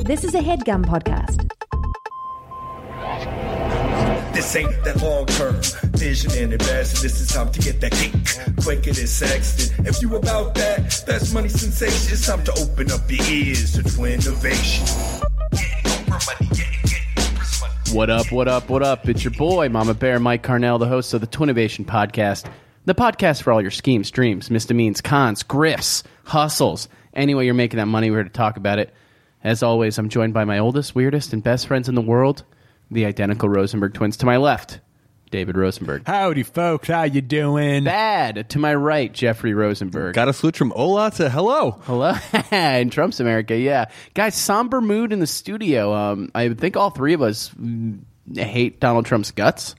This is a headgum podcast. This ain't that long term vision and investing. This is time to get that cake quicker than Sexton. If you about that, that's money sensation. It's time to open up your ears to twin innovation. Getting over money, getting, getting over money. What up, what up, what up? It's your boy, Mama Bear, Mike Carnell, the host of the Twinnovation Podcast, the podcast for all your schemes, dreams, misdemeans, cons, grifts, hustles. Any way you're making that money, we're here to talk about it. As always, I'm joined by my oldest, weirdest, and best friends in the world, the identical Rosenberg twins. To my left, David Rosenberg. Howdy, folks. How you doing? Bad. To my right, Jeffrey Rosenberg. Got a switch from hola to hello. Hello, in Trump's America, yeah, guys. Somber mood in the studio. Um, I think all three of us mm, hate Donald Trump's guts.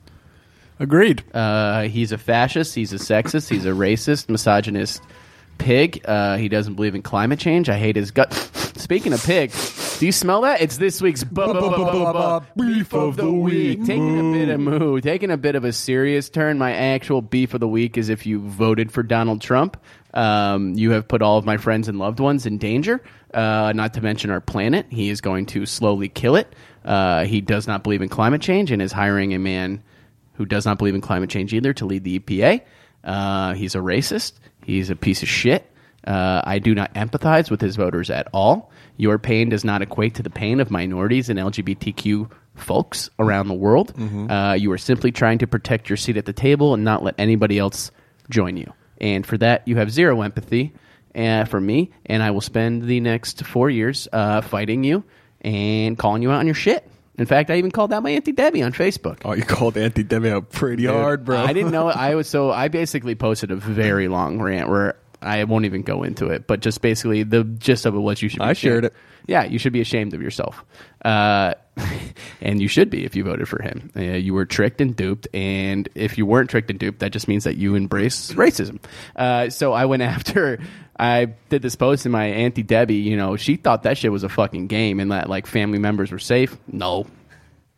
Agreed. Uh, he's a fascist. He's a sexist. He's a racist, misogynist pig. Uh, he doesn't believe in climate change. I hate his gut. Speaking of pig, do you smell that? It's this week's bu- bu- bu- bu- bu- beef of the week. Taking a bit of moo, taking a bit of a serious turn. My actual beef of the week is if you voted for Donald Trump, um, you have put all of my friends and loved ones in danger. Uh, not to mention our planet. He is going to slowly kill it. Uh, he does not believe in climate change and is hiring a man who does not believe in climate change either to lead the EPA. Uh, he's a racist. He's a piece of shit. Uh, I do not empathize with his voters at all. Your pain does not equate to the pain of minorities and LGBTQ folks around the world. Uh, you are simply trying to protect your seat at the table and not let anybody else join you. And for that, you have zero empathy uh, for me. And I will spend the next four years uh, fighting you and calling you out on your shit. In fact, I even called out my Auntie Debbie on Facebook. Oh, you called Anthony Demi out pretty hard, bro. I didn't know I was so I basically posted a very long rant where I won't even go into it, but just basically the gist of it was you should. Be I ashamed- shared it. Yeah, you should be ashamed of yourself, uh, and you should be if you voted for him. Uh, you were tricked and duped, and if you weren't tricked and duped, that just means that you embrace racism. Uh, so I went after. I did this post and my auntie Debbie. You know, she thought that shit was a fucking game and that like family members were safe. No,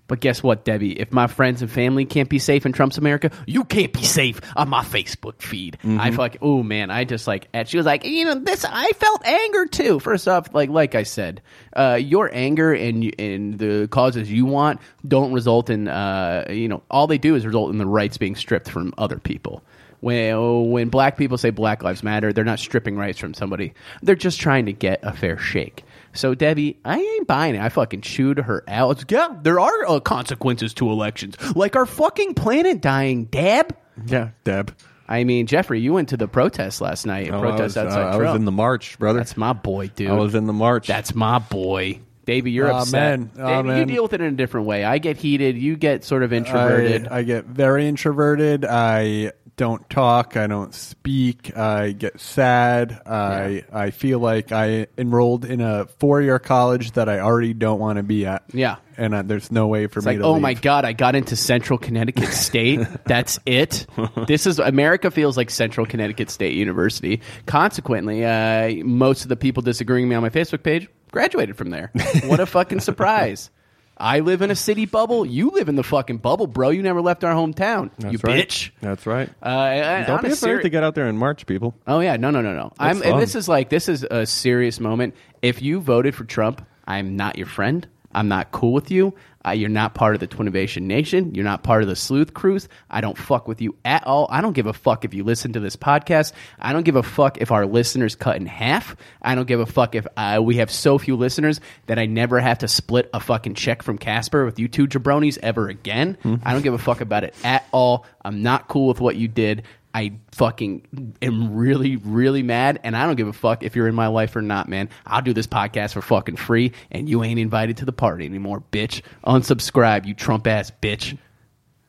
but guess what, Debbie? If my friends and family can't be safe in Trump's America, you can't be safe on my Facebook feed. I fuck. Oh man, I just like. And she was like, you know, this. I felt anger too. First off, like like I said, uh, your anger and and the causes you want don't result in uh, you know all they do is result in the rights being stripped from other people. When oh, when black people say Black Lives Matter, they're not stripping rights from somebody. They're just trying to get a fair shake. So Debbie, I ain't buying it. I fucking chewed her out. It's- Yeah, there are uh, consequences to elections, like our fucking planet dying. Dab. yeah, Deb. I mean, Jeffrey, you went to the protest last night. Oh, protest I was, outside. uh, I Trump. was in the march, brother. That's my boy, dude. I was in the march. That's my boy. Davey, you're Aw, upset. man. Aw, Davey, you man. deal with it in a different way. I get heated. You get sort of introverted. I, I get very introverted. I don't talk. I don't speak. I get sad. I I feel like I enrolled in a four year college that I already don't want to be at. Yeah. and uh, there's no way for It's me like, to. oh leave. my god, I got into Central Connecticut State. That's it. This is America feels like Central Connecticut State University. Consequently, uh, most of the people disagreeing with me on my Facebook page graduated from there. What a fucking surprise! I live in a city bubble. You live in the fucking bubble, bro. You never left our hometown. you right. bitch. That's right. Uh, I- I- Don't on be a afraid seri- to get out there and march, people. Oh yeah, no, no, no, no. I'm, and fun. this is like this is a serious moment. If you voted for Trump, I'm not your friend. I'm not cool with you. Uh, you're not part of the Twinnovation Nation. You're not part of the Sleuth Cruise. I don't fuck with you at all. I don't give a fuck if you listen to this podcast. I don't give a fuck if our listeners cut in half. I don't give a fuck if uh, we have so few listeners that I never have to split a fucking check from Casper with you two jabronis ever again. I don't give a fuck about it at all. I'm not cool with what you did. I fucking am really, really mad, and I don't give a fuck if you're in my life or not, man. I'll do this podcast for fucking free, and you ain't invited to the party anymore, bitch. Unsubscribe, you Trump ass bitch.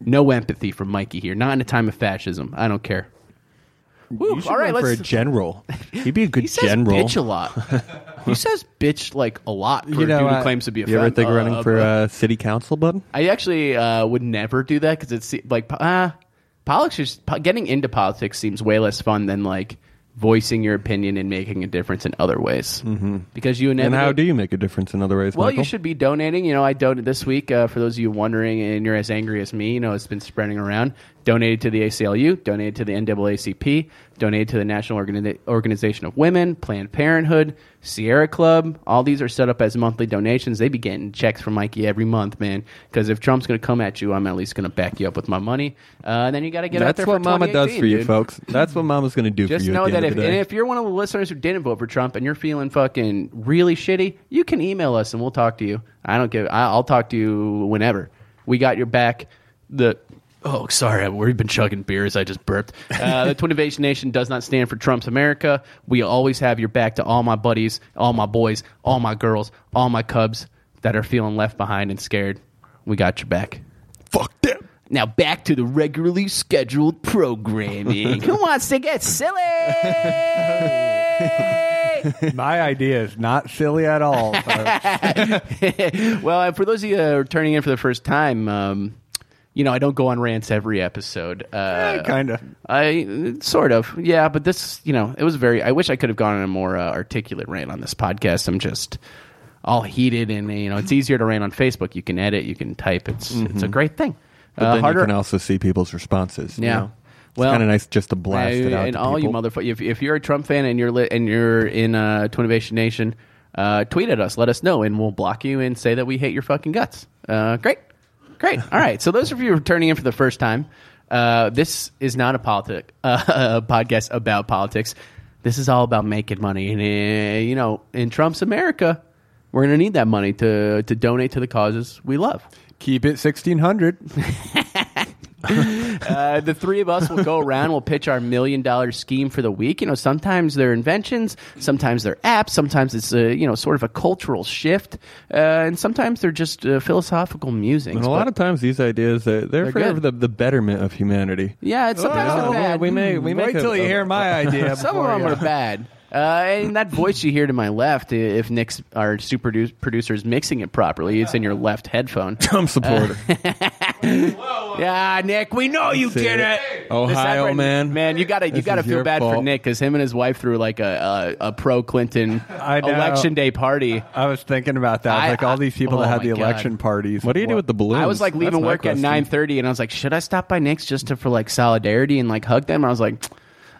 No empathy for Mikey here. Not in a time of fascism. I don't care. Woo, You should all right, run for let's. a general. He'd be a good he says general. bitch a lot. he says bitch like a lot for You know, a dude who I- claims to be a. you ever fem- think of running uh, for uh, city council, bud? I actually uh, would never do that because it's like po- uh, politics. Is, po- getting into politics seems way less fun than like voicing your opinion and making a difference in other ways. Mm-hmm. Because you And inevitably, how do you make a difference in other ways, well, Michael? you should be donating. You know, I donated this week. Uh, for those of you wondering, and you're as angry as me, you know, it's been spreading around. donated to the ACLU, donated to the NAACP, donated to the National Organi- Organization of Women, Planned Parenthood, Sierra Club. All these are set up as monthly donations. They be getting checks from Mikey every month, man. Because if Trump's going to come at you, I'm at least going to back you up with my money. Uh, then you got to get out That's there. what for Mama does 2018, for you, dude. folks. That's what Mama's going to do Just for you. know at the that end if, of the and day. if you're one of the listeners who didn't vote for Trump and you're feeling fucking really shitty, you can email us and we'll talk to you. I don't give. I- I'll talk to you whenever. We got your back. The oh, sorry, we've been chugging beers. I just burped. Uh, the Twinnovation Nation does not stand for Trump's America. We always have your back to all my buddies, all my boys, all my girls, all my cubs that are feeling left behind and scared. We got your back. fuck them. Now back to the regularly scheduled programming. Who wants to get silly? My idea is not silly at all. folks. well, uh, for those of you that are turning in for the first time, um, you know I don't go on rants every episode. Uh, Kinda. I sort of, yeah. But this, you know, it was very. I wish I could have gone on a more uh, articulate rant on this podcast. I'm just all heated, and you know, it's easier to rant on Facebook. You can edit, you can type. It's it's a great thing. But Uh, then harder- you can also see people's responses. you Yeah. know? It's Well, kind of nice just to blast Hey, it out. and to all you people. motherfucker, if, if you're a Trump fan and you're lit and you're in uh, Twinnovation Nation, uh, tweet at us, let us know, and we'll block you and say that we hate your fucking guts. Uh, great, great. all right. So those of you who are turning in for the first time, uh, this is not a politic uh, a podcast about politics. This is all about making money, and uh, you know, in Trump's America, we're going to need that money to to donate to the causes we love. Keep it sixteen hundred. Uh, the three of us will go around. We'll pitch our million dollar scheme for the week. You know, sometimes they're inventions, sometimes they're apps, sometimes it's a you know sort of a cultural shift, uh, and sometimes they're just uh, philosophical musings. And a lot of times these ideas they- they're, for good. the, the betterment of humanity. yeah, it's sometimes Oh, they're yeah, bad. we may we make Wait a- till you a- hear my idea. Some before of them you- are bad. Uh, and that voice you hear to my left, i- if Nick's our super produ- producer is mixing it properly, it's in your left headphone. Trump supporter. Yeah, Nick, we know you That's did it. it. Ohio, This happened- man. man, you gotta you This gotta is feel your bad for fault. Nick because him and his wife threw like a a, a pro Clinton I know. election day party. I was thinking about that. I was I- like all these people I- that oh had the my God. election parties. what do you do with the balloons? I was like That's leaving my work at question. nine thirty, and I was like, should I stop by Nick's just to for like solidarity and like hug them? I was like.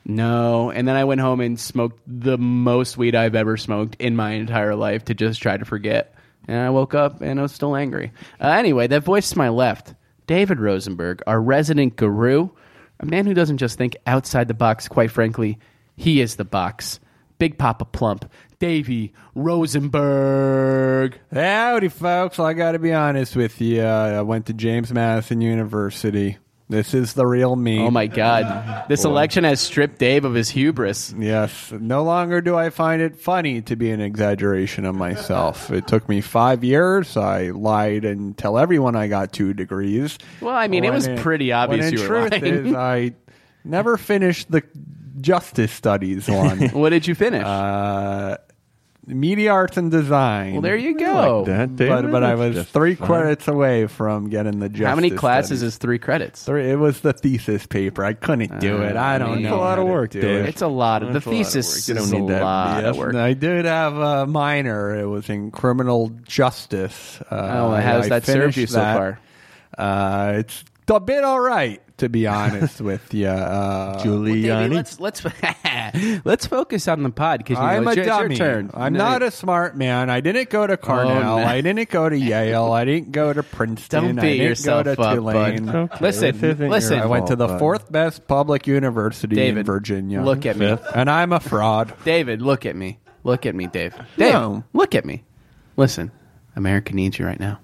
No, and then I went home and smoked the most weed I've ever smoked in my entire life to just try to forget. And I woke up and I was still angry. Uh, anyway, that voice to my left, David Rosenberg, our resident guru, a man who doesn't just think outside the box. Quite frankly, he is the box. Big Papa Plump, Davy Rosenberg. Howdy, folks. I got to be honest with you. Uh, I went to James Madison University. This is the real me. Oh my God! This election has stripped Dave of his hubris. Yes. No longer do I find it funny to be an exaggeration of myself. It took me five years. I lied and tell everyone I got two degrees. Well, I mean, it was pretty obvious When in you were truth lying. is, I never finished the justice studies one. What did you finish? uh, media arts and design. well, there you go. like But, that, David. but I That's was just three fine. credits away from getting the justice. How many classes studies. is three credits? three? It was the thesis paper. I couldn't do Uh, it. I man. don't know. It's a lot how of to work, do Dave. it. It's a lot of the That's a lot of thesis. work. You is don't need a that lot of BS. work. I did have a minor. It was in criminal justice. Uh, Oh, how's I that served finished you so that. far? Uh, it's a bit all right, to be honest with you. Uh, Davey, Giuliani. let's let's let's focus on the pod because you know, I'm it's, your, a it's your dummy. turn. I'm No, not you- a smart man. I didn't go to Cornell. Oh, no. I didn't go to Yale. I didn't go to Princeton. Don't I beat didn't yourself go to up, Tulane. bud. Listen, This isn't your listen. I went to the fault, bud. fourth best public university in David, Virginia. look at me. Fifth. and I'm a fraud. David, look at me. Look at me, Dave. Dave, No. look at me. Listen, America needs you right now.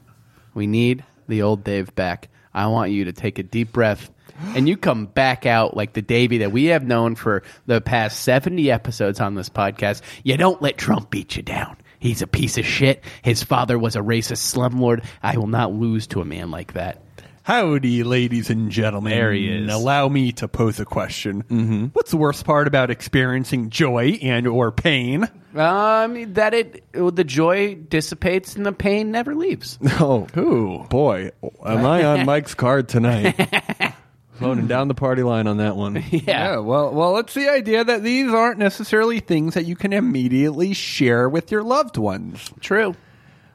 We need the old Dave back. I want you to take a deep breath and you come back out like the Davey that we have known for the past 70 episodes on this podcast. You don't let Trump beat you down. He's a piece of shit. His father was a racist slumlord. I will not lose to a man like that. Howdy, ladies and gentlemen. There he is. Allow me to pose a question. Mm-hmm. What's the worst part about experiencing joy and or pain? Um, that it the joy dissipates and the pain never leaves. Oh, Ooh. boy, am I on Mike's card tonight? Floating down the party line on that one. Yeah, well, well, it's the idea that these aren't necessarily things that you can immediately share with your loved ones. true.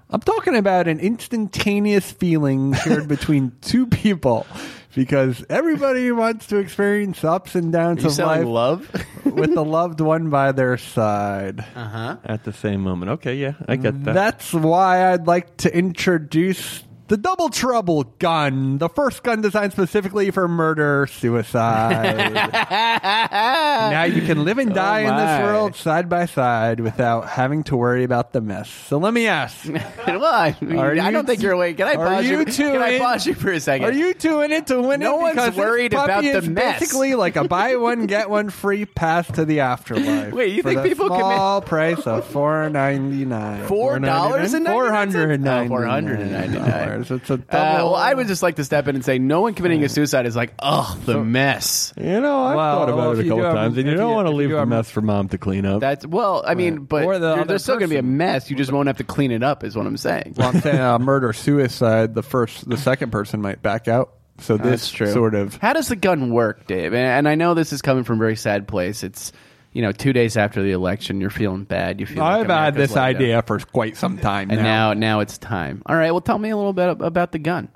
I'm talking about an instantaneous feeling shared between two people because everybody wants to experience ups and downs you of life selling love? with a loved one by their side. at the same moment. Okay, yeah, I get that. That's why I'd like to introduce the Double Trouble gun, the first gun designed specifically for murder suicide. now you can live and die in my. this world side by side without having to worry about the mess. So let me ask. well, I, mean, Are I you don't think two- you're awake. Can I are pause you? you two Can I in- pause you for a second? Are you two in it to win No it? one's Because this worried puppy about the is mess. Basically, like a buy one get one free pass to the afterlife. Wait, you for think the people commit- small price of four ninety nine? Four dollars and four hundred and ninety four hundred and ninety nine. dollars. It's a double. Uh, well, I would just like to step in and say, no one committing a suicide is like, oh, the mess. you know, I've Well, thought about well, it if a you couple do have- times, and you if don't you- want to if you leave do the have- mess for mom to clean up. That's well, I mean, but Or the there- other there's still going to be a person. mess. You just won't have to clean it up, is what I'm saying. Well, I'm saying uh, murder suicide. The first, the second person might back out. So this That's true. sort of How does the gun work, Dave? And, and I know this is coming from a very sad place. It's you know two days after the election, you're feeling bad. You feel. like I've had America's this let down. idea for quite some time and now. now now it's time. All right, well, tell me a little bit ab- about the gun.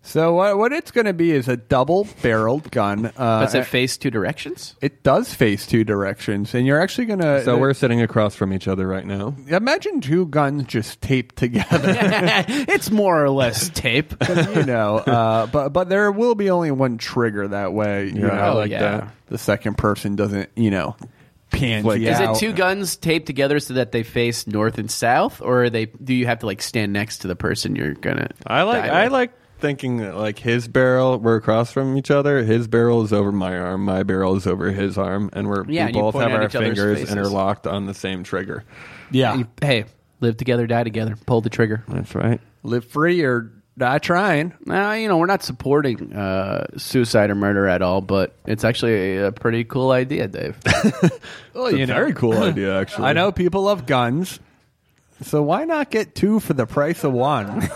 So what, what it's going to be is a double-barreled gun. Uh, Does it face two directions? it does face two directions, and you're actually going to. so we're sitting across from each other right now. imagine two guns just taped together. it's more or less tape. you know, uh, but but there will be only one trigger that way. You Yeah, I know, like Oh, yeah. that. the second person doesn't. You know, pansy Like- Is out. it two guns taped together so that they face north and south, or are they? Do you have to like stand next to the person you're gonna? I like die I with? like thinking that like his barrel we're across from each other. His barrel is over my arm, my barrel is over his arm, and we're Yeah, we and you both point have at our each other's fingers faces. interlocked on the same trigger. Yeah, Hey, live together, die together. Pull the trigger. That's right. live free or die trying. Now you know we're not supporting uh, suicide or murder at all, but it's actually a, a pretty cool idea, Dave. Well, It's a very cool idea, actually. I know people love guns, so why not get two for the price of one?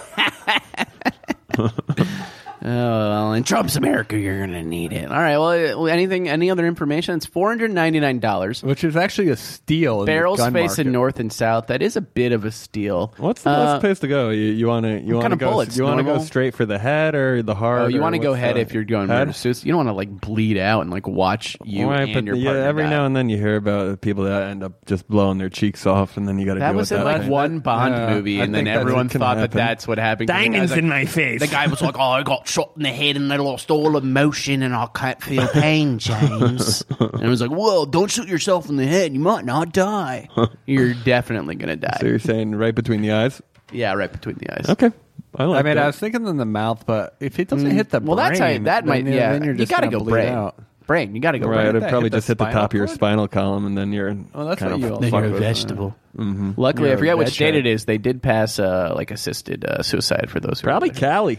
Oh, well, in Trump's America, you're gonna need it. All right. Well, anything, any other information? It's four hundred ninety nine dollars. Which is actually a steal. in the Barrels gun facing market. north and south. That is a bit of a steal. What's the Uh, best place to go? You, you want to you want kind to of go bullets? you want to go Normal? straight for the head or the heart? Oh, you or want to go what's head the- if you're going Head? murder suicide. You don't want to like bleed out and like watch you Why, and but your yeah, partner. every die. now and then you hear about the people that end up just blowing their cheeks off, and then you got to that deal was with in that. like thing. one Bond Yeah, movie, I and then think that's- everyone it can thought that happen. that's what happened. 'cause the guy's like- my face. The guy was like, "Oh, I got shot in the head, and I lost all emotion, and I can't feel pain, James." and I was like, "Whoa, don't shoot yourself in the head. You might not die. You're definitely gonna die. So you're saying right between the eyes? Yeah, right between the eyes. Okay, I like. I mean, that. I was thinking in the mouth, but if it doesn't hit the Mm. Well, brain, that's how that then might. you're- Yeah, then you're you just gotta gonna go bleed brain. out. Brain, you gotta go Right, brain. it'd that probably hit the just hit the spinal top of your cord? spinal column, and then you're Well, that's kind what of you all fucked think. with. vegetable. Luckily, I forget which state it is. They did pass uh, like assisted uh, suicide for those. Who Probably were there. Cali.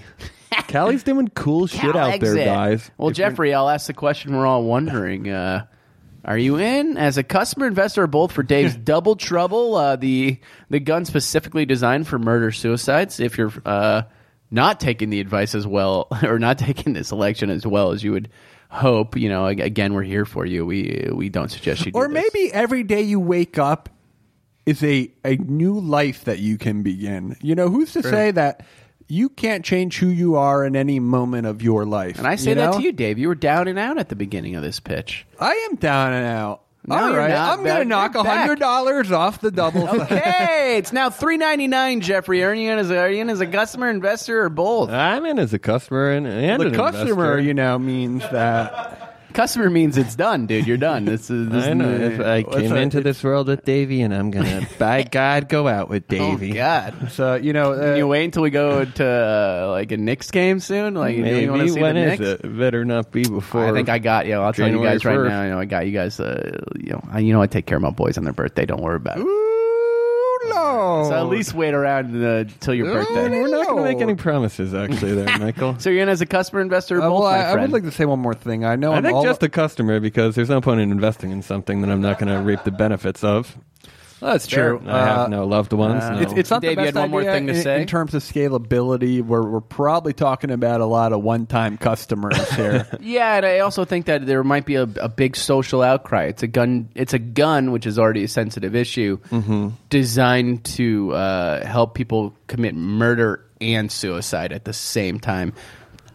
Cali's doing cool shit out there, Exit. guys. Well, Jeffrey, I'll ask the question we're all wondering. Uh, are you in as a customer, investor, or both for Dave's Double Trouble, uh, the the gun specifically designed for murder suicides? If you're uh, not taking the advice as well, or not taking this election as well as you would hope, you know, ag- again, we're here for you. We we don't suggest you. Do Or this. maybe every day you wake up is a, a new life that you can begin. You know, who's to say that you can't change who you are in any moment of your life? And I say you that know? to you, Dave. You were down and out at the beginning of this pitch. I am down and out. No, All you're right, not, I'm going to Ben. knock You're back. hundred dollars off the double. Okay, it's now three ninety nine. Jeffrey, are you in as a, are you in as a customer, investor, or both? I'm in as a customer and, and the an customer, investor. you know, means that Customer means it's done, dude. You're done. This is this I know. is- oh, If I What's came that? into this world with Davy, and I'm gonna, by God, go out with Oh Davy. God! so you know. Uh, Can you wait until we go to uh, like a Knicks game soon? Like, do Maybe you want to see when the is Knicks? it? Better not be before. I think I got you. I'll tell you January guys right 1st. now. You know, I got you guys. Uh, you know, I, you know, I take care of my boys on their birthday. Don't worry about it. Ooh, Lord. So at least wait around uh, till your birthday. We're not going to make any promises, actually, there, Michael. So you're in as a customer investor, or Uh, both, well, my I, I would friend? like to say one more thing. I know I am think all just a customer because there's no point in investing in something that I'm not going to reap the benefits of. That's fair. I have no loved ones. no. It's, it's not Dave, the you best had one more idea thing to in, say? in terms of scalability. We're we're probably talking about a lot of one-time customers here. Yeah, and I also think that there might be a, a big social outcry. It's a gun. It's a gun, which is already a sensitive issue, designed to uh, help people commit murder and suicide at the same time.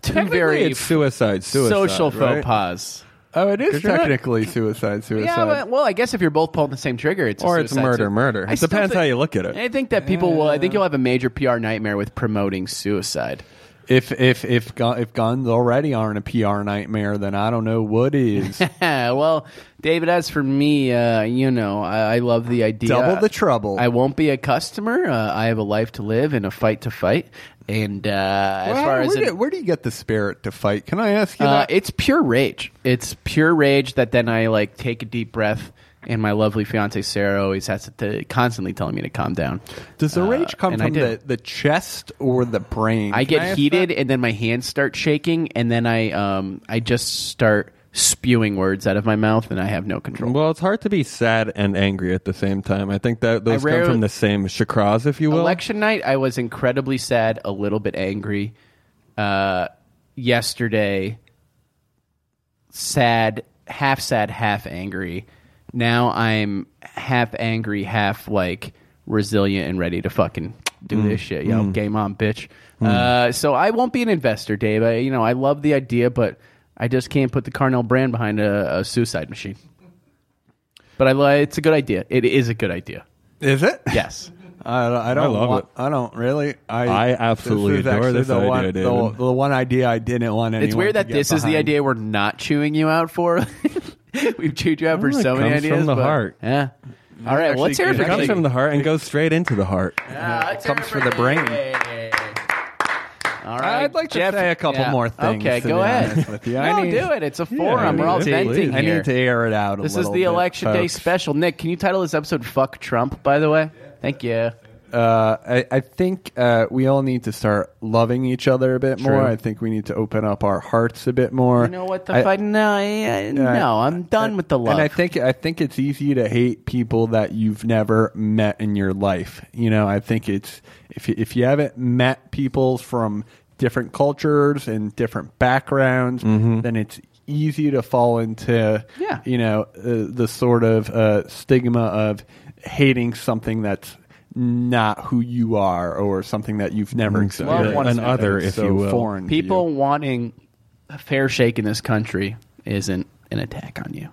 Two Technically, very it's suicide, suicide, social right? faux pas. oh, it is you're not- technically suicide. Suicide. Yeah, but, well, I guess if you're both pulling the same trigger, it's a Or it's suicide murder, too. murder. It still depends thi- how you look at it. I think that people will. I think you'll have a major PR nightmare with promoting suicide. if if if gu- if guns already aren't a PR nightmare, then I don't know what is. Yeah, well, David, as for me, uh, you know, I, I love the idea. Double the trouble. I won't be a customer. Uh, I have a life to live and a fight to fight. And uh, as Well, far where, as it, do, where do you get the spirit to fight? Can I ask you uh, that? it's pure rage. It's pure rage that then I like take a deep breath. And my lovely fiance Sarah always has to t- constantly telling me to calm down. Does the Uh, rage come and I from do. the, the chest or the brain? I Can get ask heated, that? and then my hands start shaking, and then I um I just start spewing words out of my mouth, and I have no control. Well, it's hard to be sad and angry at the same time. I think that those rarely- come from the same chakras, if you will. election night i was incredibly sad a little bit angry uh yesterday sad half sad half angry now i'm half angry half like resilient and ready to fucking do this shit yo game on bitch uh so i won't be an investor dave i you know i love the idea but i just can't put the carnell brand behind a, a suicide machine but i li- it's a good idea it is a good idea Is it? yes I, don't- I don't. love want- it. I don't really. I, I this absolutely is adore actually this the idea, one, the, David. the one idea I didn't want anyone. It's weird to that get this is the behind. idea we're not chewing you out for. We've chewed you out for Well, it so many comes from ideas. the but- heart. Yeah. All right. Well, let's hear it it for comes Keegan. from the heart and goes straight into the heart. Yeah, let's hear comes it from the brain. Keegan. All right. I'd like to Jeff- say a couple yeah. more things, Okay, to go be ahead. honest with you. I No, need- do it. It's a I forum. mean, We're all it's venting legal. I here. need to air it out. A this is little the bit, election day folks. special. Nick, can you title this episode "Fuck Trump"? By the way, thank you. Uh, I, I think uh, we all need to start loving each other a bit more. True. I think we need to open up our hearts a bit more. You know what? The I- fight? No, I, I, no. I'm done with the love. And I think I think it's easy to hate people that you've never met in your life. You know, I think it's if you, if you haven't met people from different cultures and different backgrounds, then it's easy to fall into Yeah. you know uh, the sort of uh, stigma of hating something that's not who you are or something that you've never experienced Well, one It's is- another, if so you will. foreign to people you. wanting a fair shake in this country isn't an attack on you.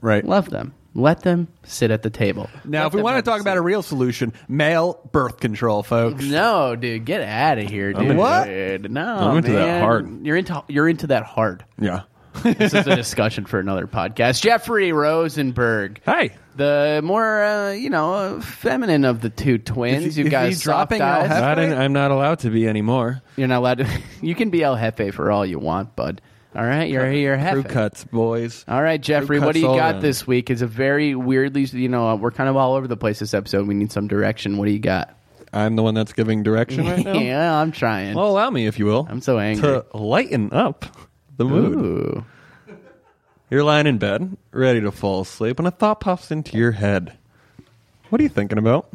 right Love them. Let them sit at the table. now Let if we them want to have talk a about a real solution male birth control folks seat. no, dude, get out of here, dude. into that. No, I'm into that man. hard. You're into you're into that hard. Yeah. This is a discussion for another podcast. Jeffrey Rosenberg, Hey. the more uh, you know, uh, feminine of the two twins. Is he- you is guys he dropping out soft eyes. half- Not in, right. I'm not allowed to be anymore. You're not allowed to. you can be El Jefe for all you want, bud. All right, you're you're Crew Jefe. cuts, boys. All right, Jeffrey, Who what do you cuts all got in? this week? It's a very weirdly, you know, we're kind of all over the place this episode. We need some direction. What do you got? I'm the one that's giving direction right now. yeah, I'm trying. Well, allow me, if you will. I'm so angry. To lighten up the mood. Ooh. You're lying in bed, ready to fall asleep, and a thought pops into your head. What are you thinking about?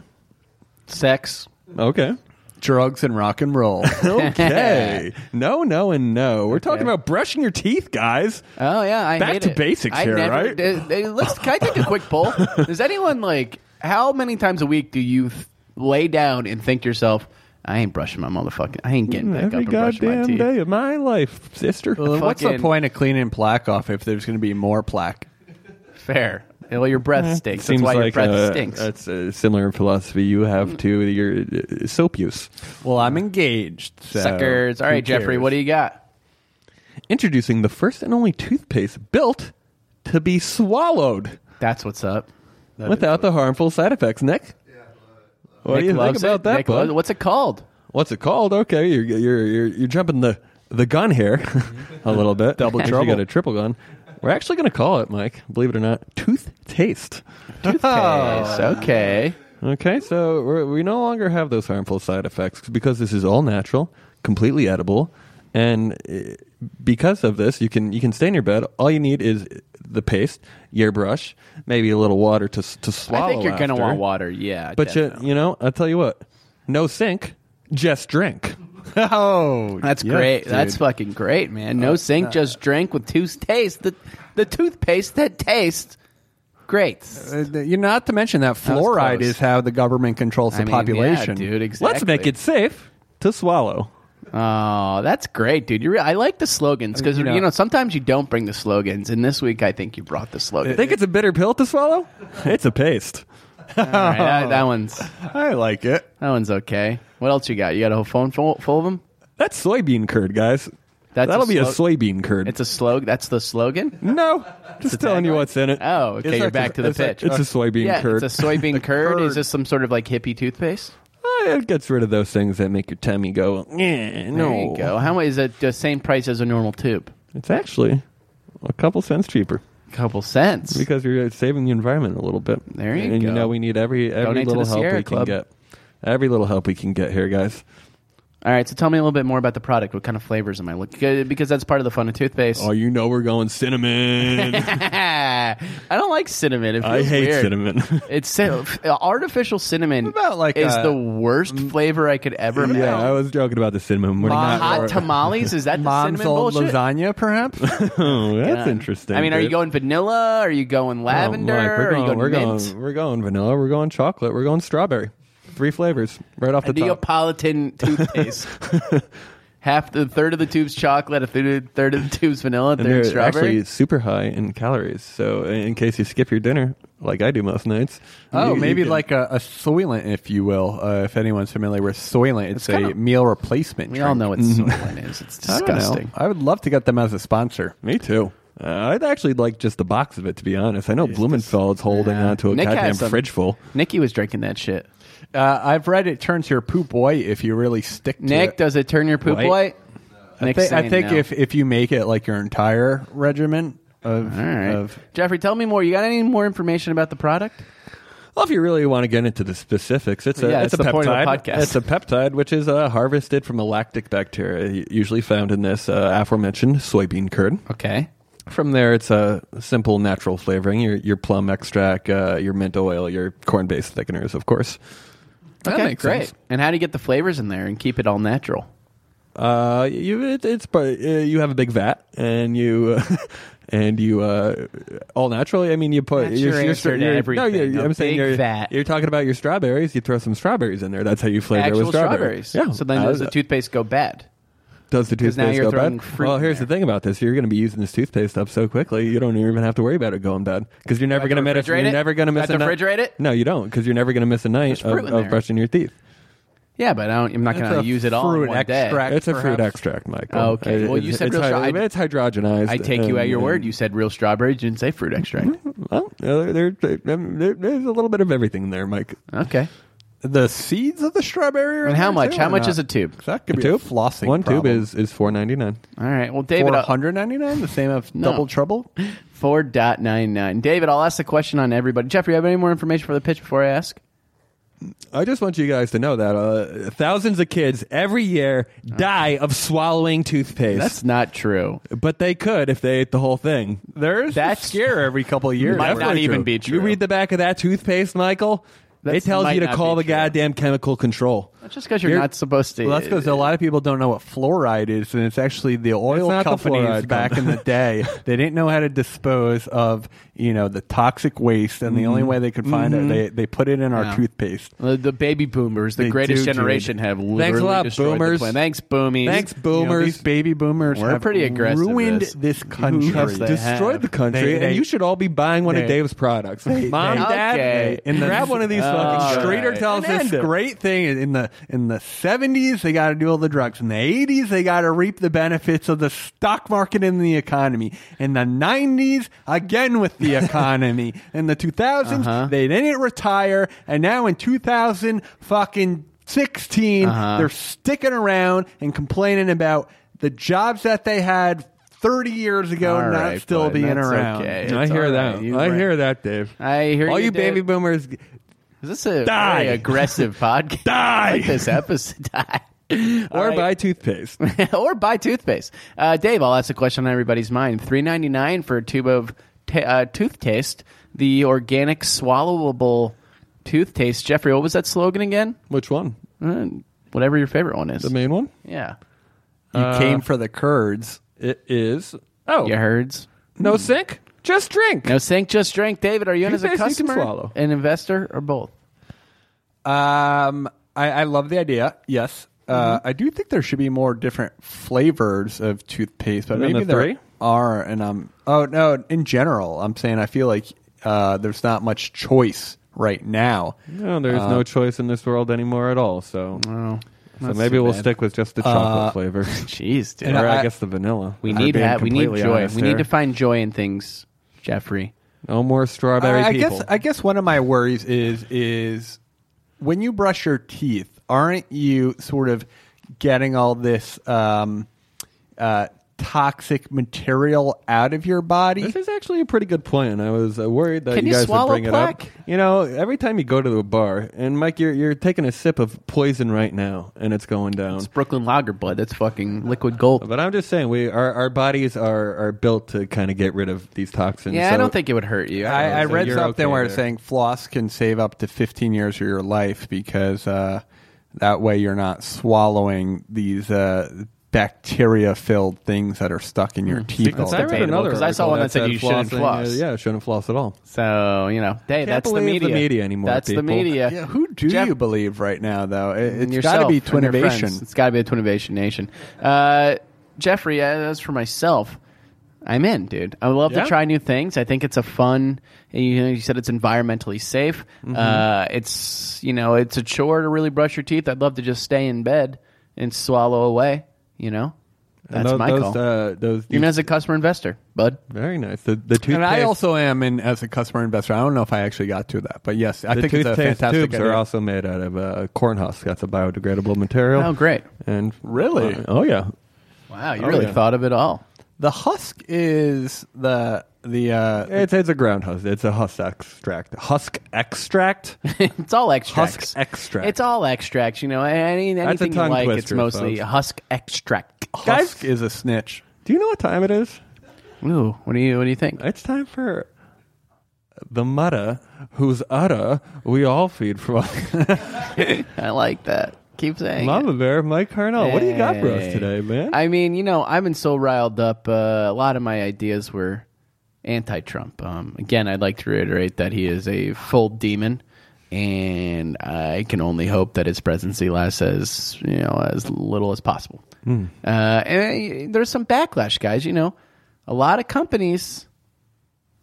Sex. Okay. drugs and rock and roll. Okay. no, no, and no. We're talking Okay. about brushing your teeth, guys. Oh yeah, I Back hate to it. basics I here, never right? did- hey, let's. Can I take a quick poll? Does anyone like? How many times a week do you th- lay down and think to yourself, "I ain't brushing my motherfucking. I ain't getting back up Mm, Every and brushing my goddamn teeth." day of my life, sister. Well, what's the Fucking- point of cleaning plaque off if there's going to be more plaque? Fair. Well, your breath stinks. That's why your breath uh, stinks. Mm. That's Mm. a similar philosophy you have to your uh, soap use. Well, I'm engaged. So Suckers. All who right, Jeffrey, cares? what do you got? Introducing the first and only toothpaste built to be swallowed That's what's up. without the harmful side effects, Nick. What do you think loves about it. that, uh, Nick bud? loves- What's it called? What's it called? Okay, you're you're you're, you're jumping the the gun here a little bit. Double You got trouble. a triple gun. We're actually going to call it, Mike. Believe it or not, tooth taste. Yes, okay. Okay, so we're, we no longer have those harmful side effects because this is all natural, completely edible, And eh, because of this, you can you can stay in your bed. All you need is the paste, your brush, maybe a little water to s- to swallow. I think you're after. going to want water. Yeah. But you, definitely. you know, I'll tell you what. No sink, just drink. Oh, That's yes, great. dude. That's fucking great, man. No sink, just drink with two taste the the toothpaste that tastes great. Uh, th- you not to mention that was fluoride close. is how the government controls the I mean, yeah, population. dude. Exactly. Let's make it safe to swallow. Oh, that's great, dude. You re- I like the slogans because You Uh, you, know- know, sometimes you don't bring the slogans, and this week I think you brought the slogan. Think it's a bitter pill to swallow? It's a paste. All right, that, that one's that I like it. one's okay. What else you got? You got a whole phone full, full of them? That's soybean curd, guys. That's That'll be a slo- soybean curd. It's a slog. That's the slogan. no, just telling you what's in it. Oh, okay. It's you're like- back to the it's like- pitch. It's a soybean yeah, curd. it's a soybean curd. curd. Is this some sort of like hippie toothpaste? Uh, it gets rid of those things that make your tummy go. Yeah, no. There you go. How much is it? The same price as a normal tube. It's actually a couple cents cheaper couple cents. because you're saving the environment a little bit. There you and you go. know we need every every Donate to little the help Sierra we Club. can get. Every little help we can get here, guys. All right, so tell me a little bit more about the product. What kind of flavors am I looking? Because that's part of the fun of toothpaste. Oh, you know we're going cinnamon. I don't like cinnamon. It I feels hate weird. cinnamon. It's cin- uh, artificial cinnamon. about like is a- the worst flavor I could ever imagine. uh, yeah, I was joking about the cinnamon. We're Uh, not- hot tamales is that the Mom's cinnamon old bullshit? lasagna, perhaps. Oh, that's Yeah. interesting. I mean, are you dude. going vanilla? Are you going Oh, lavender? Mike, we're going, are you going we're mint? going we're going vanilla. We're going chocolate. We're going strawberry. Three flavors right off a the top. Neapolitan toothpaste. Half the third of the tube's chocolate, a third, third of the tube's vanilla, a And third they're strawberry. actually super high in calories. So in case you skip your dinner, like I do most nights, Oh, you- you maybe can- like a, a soylent, if you will. Uh, if anyone's familiar with soylent, it's, a kinda- meal replacement. We drink. all know what Mm-hmm. soylent is. It's I don't know. disgusting. I, would love to get them as a sponsor. Me too. Uh, I'd actually like just the box of it, to be honest. I know Blumenfeld's holding Yeah. on to a Nick has goddamn some- fridge full. Nikki was drinking that shit. Uh, I've read it turns your poop white if you really stick to Nick, it. does it turn your poop White? white? I Nick's thi- I saying think no. if, if you make it like your entire regimen of, all right, of Jeffrey, tell me more. You got any more information about the product? Well, if you really want to get into the specifics, it's a, Yeah, it's that's a the peptide. point of the podcast. It's a peptide, which is uh, harvested from a lactic bacteria, usually found in this uh, aforementioned soybean curd. Okay, From there, it's a simple natural flavoring: your your plum extract, uh, your mint oil, your corn-based thickeners, of course. okay, makes great. sense. And how do you get the flavors in there and keep it all natural? Uh, you it, it's but uh, you have a big vat and you uh, and you uh, all naturally. I mean, you put That's you're, your you're- answer to you're- No, everything, you're, a I'm saying big you're, vat. you're talking about your strawberries. You throw some strawberries in there. That's how you flavor it with Actual strawberry. strawberries. Yeah. So then, Uh, does the toothpaste go bad? does the 'cause now toothpaste you're go throwing bad? fruit Well, in here's there. the thing about this: you're going to be using this toothpaste up so quickly, you don't even have to worry about it going bad because you're never Do I going have to miss. refrigerate You're it? never going to Do I miss. have to a night- refrigerate it? No, you don't, because you're never going to miss a night fruit of, in of there. brushing your teeth. Yeah, but I don't, I'm not going a to use it all in fruit one extract. day. It's a fruit perhaps. extract, Michael. Okay. It- Well, you it's- said it's, real hy- strawly- It's hydrogenized. I take you at your and- word. You said real strawberry. You didn't say fruit extract. Well, there, there, there- there's a little bit of everything there, Mike. Okay. the seeds of the strawberry. are And how there, much? too, How or much not? is a tube? That could be a flossing One problem. tube is is four ninety nine. All right. Well, David, Four uh, hundred ninety nine, the same of No. double trouble. 4.99. David, I'll ask the question on everybody. Jeffrey, you have any more information for the pitch before I ask? I just want you guys to know that uh, thousands of kids every year die of swallowing toothpaste. Oh. That's not true. but they could if they ate the whole thing. There's That's- a scare every couple of years. Might Definitely not even be You true. read the back of that toothpaste, Michael. That's- it tells might you to not call be the true. goddamn chemical control. Just because you're, You're- not supposed to. Well, that's because a lot of people don't know what fluoride is, and it's actually the oil not the companies fluoride back in the day. They didn't know how to dispose of you know the toxic waste, and the only Mm-hmm. way they could find it, they they put it in our Yeah. toothpaste. The, the baby boomers, the They greatest do, dude. generation, have literally a lot, destroyed boomers. The planet. Thanks, boomies. Thanks, You know, boomers. these baby boomers We're have pretty aggressive ruined this. this, country. Yes, they destroyed have. the country, They- they- and you should all be buying one they- of Dave's products. Mom, they- Dad, Okay. and grab one of these All fucking right. straighter Streeter tells and this end it. great thing in the in the seventies they got to do all the drugs in the eighties they got to reap the benefits of the stock market and the economy in the nineties again with the economy in the two Uh-huh. they didn't retire and now in two thousand fucking 16 Uh-huh. they're sticking around and complaining about the jobs that they had thirty years ago All not right, still bud, being that's around. okay. I It's hear all that. right. You I bring- hear that, Dave. I hear all you, you, Dave. baby boomers. Is this a Die. very aggressive podcast? Die. I like this episode. Die. or right. buy toothpaste. or buy toothpaste. Uh, Dave, I'll ask the question on everybody's mind. Three ninety nine for a tube of ta uh, toothpaste, the organic swallowable toothpaste. Jeffrey, what was that slogan again? Which one? Uh, whatever your favorite one is. The main one? yeah, You Uh, came for the Kurds. It is. Oh, your herds. no sink, just drink. No sink, just drink. David, are you in as a Toothpaste you can customer, swallow. an investor, or both? Um, I, I love the idea. Yes, uh, I do think there should be more different flavors of toothpaste, but Than the maybe there three? are. And I'm oh no, in general, I'm saying I feel like uh, there's not much choice right now. No, there's Uh, no choice in this world anymore at all. So, Oh, so maybe we'll stick with just the Uh, chocolate flavor, Jeez, dude. And or I, I- guess the vanilla. we If need we're being that. We need completely joy. honest we need here. to find joy in things, Jeffrey. no more strawberry. I, I people. guess I guess one of my worries is is when you brush your teeth, aren't you sort of getting all this um, uh, toxic material out of your body? This is actually a pretty good plan. I was uh, worried that Can you guys would swallow bring it plaque? up. You know, every time you go to a bar, and Mike, you're you're taking a sip of poison right now, and it's going down. It's Brooklyn Lager blood. That's fucking liquid gold. But I'm just saying, we our, our bodies are, are built to kind of get rid of these toxins. Yeah, I So- don't think it would hurt you. I, I so read you're something okay where there. it's saying floss can save up to 15 years of your life because uh, that way you're not swallowing these uh, bacteria filled things that are stuck in your teeth. all Hmm. the I read time. debatable, another 'cause I saw article one that said you shouldn't flossing, floss. uh, yeah, shouldn't floss at all. So you know, hey, that's the believe the media. media anymore, That's the people. media. Yeah, who do Jeff- you believe right now, though? And It, has got to yourself be and your friends. Twinnovation. It's got to be a Twinnovation Nation. Uh, Jeffrey, as for myself, I'm in, dude. I would love Yeah? to try new things. I think it's a fun. You, know, you said it's environmentally safe. Mm-hmm. Uh, it's you know, it's a chore to really brush your teeth. I'd love to just stay in bed and swallow away. You know, And that's tho- my those, call. Uh, those Even as a customer investor, bud. very nice. The the toothpaste. And I also am in as a customer investor. I don't know if I actually got to that, but yes, I the think it's a toothpaste fantastic tubes are idea. also made out of uh, corn husk. That's a biodegradable material. Oh, great. And Really? uh, oh yeah. Wow, you Oh, really yeah. thought of it all. The husk is the the uh, It's it's a ground husk. It's a husk extract. Husk extract. It's all extracts. Husk extract. It's all extracts. You know, any, a anything you tongue like, it's twister, mostly folks. husk extract. husk is a snitch. Do you know what time it is? Ooh, what do you what do you think? It's time for the mutta, whose udda we all feed from. I like that. Keep saying. Mama it. Bear, Mike Carnell. What do you got for us Hey. today, man? I mean, you know, I've been so riled up. Uh, a lot of my ideas were anti-Trump. Um, again, I'd like to reiterate that he is a full demon, and I can only hope that his presidency lasts as you know as little as possible. Hmm. Uh, and uh, there's some backlash, guys. You know, a lot of companies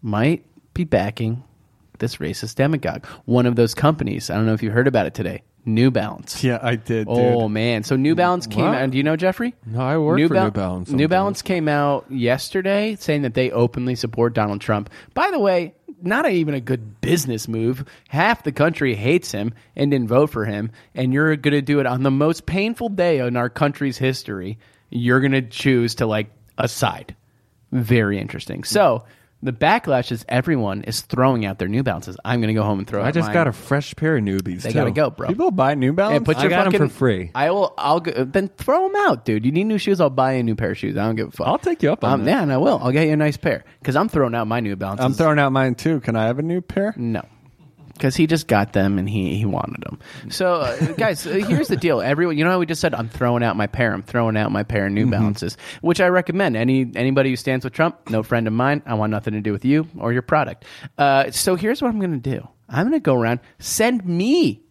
might be backing this racist demagogue. One of those companies. I don't know if you heard about it today. New Balance. Yeah, I did. Oh man! So New Balance came Wow. out. Do you know Jeffrey? No, I work for New Balance New sometimes. Balance came out yesterday saying that they openly support Donald Trump. By the way, not even a good business move. Half the country hates him and didn't vote for him, and you're going to do it on the most painful day in our country's history. You're going to choose to like a side. Very interesting. So. The backlash is everyone is throwing out their New Balances. I'm going to go home and throw. I out just mine. got a fresh pair of newbies. They got to go, bro. People buy New Balance. Yeah, put I your got 'em fucking, for free. I will. I'll go, then throw them out, dude. You need new shoes? I'll buy you a new pair of shoes. I don't give a fuck. I'll take you up on um, that. Yeah, and I will. I'll get you a nice pair because I'm throwing out my New Balances. I'm throwing out mine too. Can I have a new pair? no. Because he just got them and he, he wanted them. So, uh, guys, uh, here's the deal. Everyone, you know how we just said, I'm throwing out my pair. I'm throwing out my pair of New Balances, which I recommend. Any Anybody who stands with Trump, no friend of mine. I want nothing to do with you or your product. Uh, so, here's what I'm going to do I'm going to go around, send me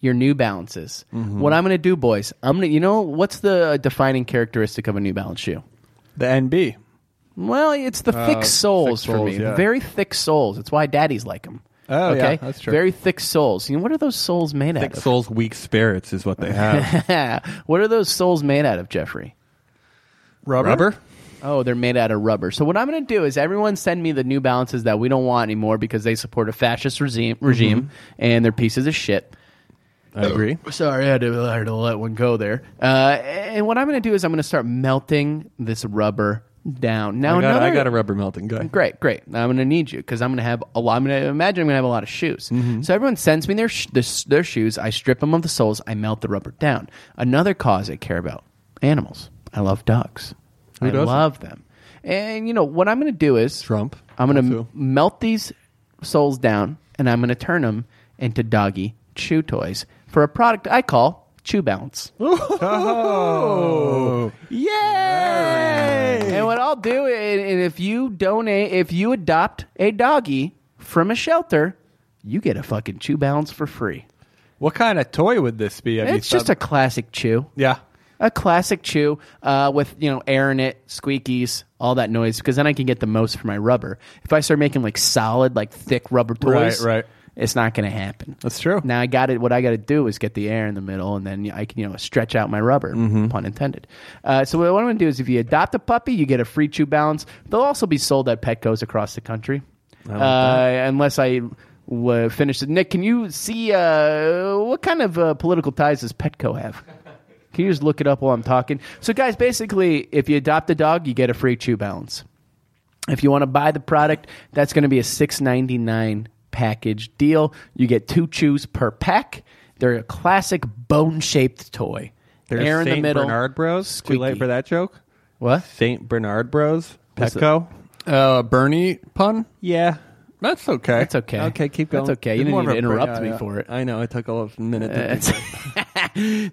your New Balances. What I'm going to do, boys, I'm going to, you know, what's the defining characteristic of a New Balance shoe? The NB. Well, it's Uh, the thick soles thick for soles, me. yeah. Very thick soles. It's why daddies like them. Oh, yeah, okay? that's true. Very thick soles. You know, what are those soles made Thick out souls, weak spirits is what they have. of? what are those soles made out of, Jeffrey? Rubber? Rubber? Oh, they're made out of rubber. So what I'm going to do is everyone send me the New Balances that we don't want anymore because they support a fascist regime, regime and they're pieces of shit. Mm-hmm. Oh, I agree. Sorry, I had to, I had to let one go there. Uh, and what I'm going to do is I'm going to start melting this rubber down. Now I, got, another, I got a rubber melting guy. great, great. I'm going to need you because I'm going to have a lot. I'm going to imagine I'm going to have a lot of shoes. Mm-hmm. So everyone sends me their sh- their, s- their shoes. I strip them of the soles. I melt the rubber down. Another cause I care about: animals. I love dogs. I doesn't? love them. And you know what I'm going to do is Trump. I'm going to Also. melt these soles down, and I'm going to turn them into doggy chew toys for a product I call Chew Balance. Oh. Yay! And what I'll do, and, and if you donate, if you adopt a doggy from a shelter, you get a fucking chew balance for free. What kind of toy would this be? Have you It's just a thought- classic chew, yeah. a classic chew uh, with you know air in it, squeakies, all that noise. Because then I can get the most for my rubber. If I start making like solid, like thick rubber toys, Right, right. it's not going to happen. That's true. Now I got it. What I got to do is get the air in the middle, and then I can you know stretch out my rubber. Pun intended. Uh, so what I'm going to do is, if you adopt a puppy, you get a free chew balance. They'll also be sold at Petco's across the country, uh, unless I w- finish it. Nick, can you see uh, what kind of uh, political ties does Petco have? Can you just look it up while I'm talking? So, guys, basically, if you adopt a dog, you get a free chew balance. If you want to buy the product, that's going to be a six ninety nine package deal. You get two chews per pack. They're a classic bone shaped toy. They're Air in Saint the middle. Bernard Bros. squeaky. Too late for that joke. What? Saint Bernard Bros. What's the- Petco. Uh, Bernie pun. Yeah. That's okay. That's okay. Okay, keep going. That's okay. You It's more didn't of even a break- interrupt yeah, me yeah. for it. Eh. I know. I took a minute. To think. It's-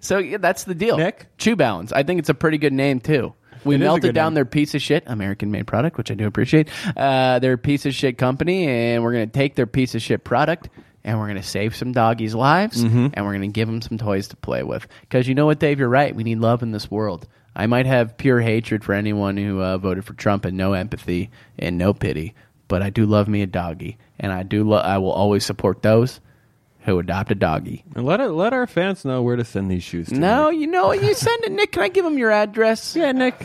so yeah, that's the deal. Nick? Chew Balance. I think it's a pretty good name too. We It is a melted good down name. their piece of shit American made product, which I do appreciate. Uh, they're a piece of shit company, and we're going to take their piece of shit product and we're going to save some doggies' lives Mm-hmm. and we're going to give them some toys to play with. Because you know what, Dave? You're right. We need love in this world. I might have pure hatred for anyone who uh, voted for Trump and no empathy and no pity, but I do love me a doggy, and I do. Lo- I will always support those who adopt a doggy. And let our, let our fans know where to send these shoes. To No, Nick. you know what? You send it, Nick. Can I give him your address? Yeah, Nick.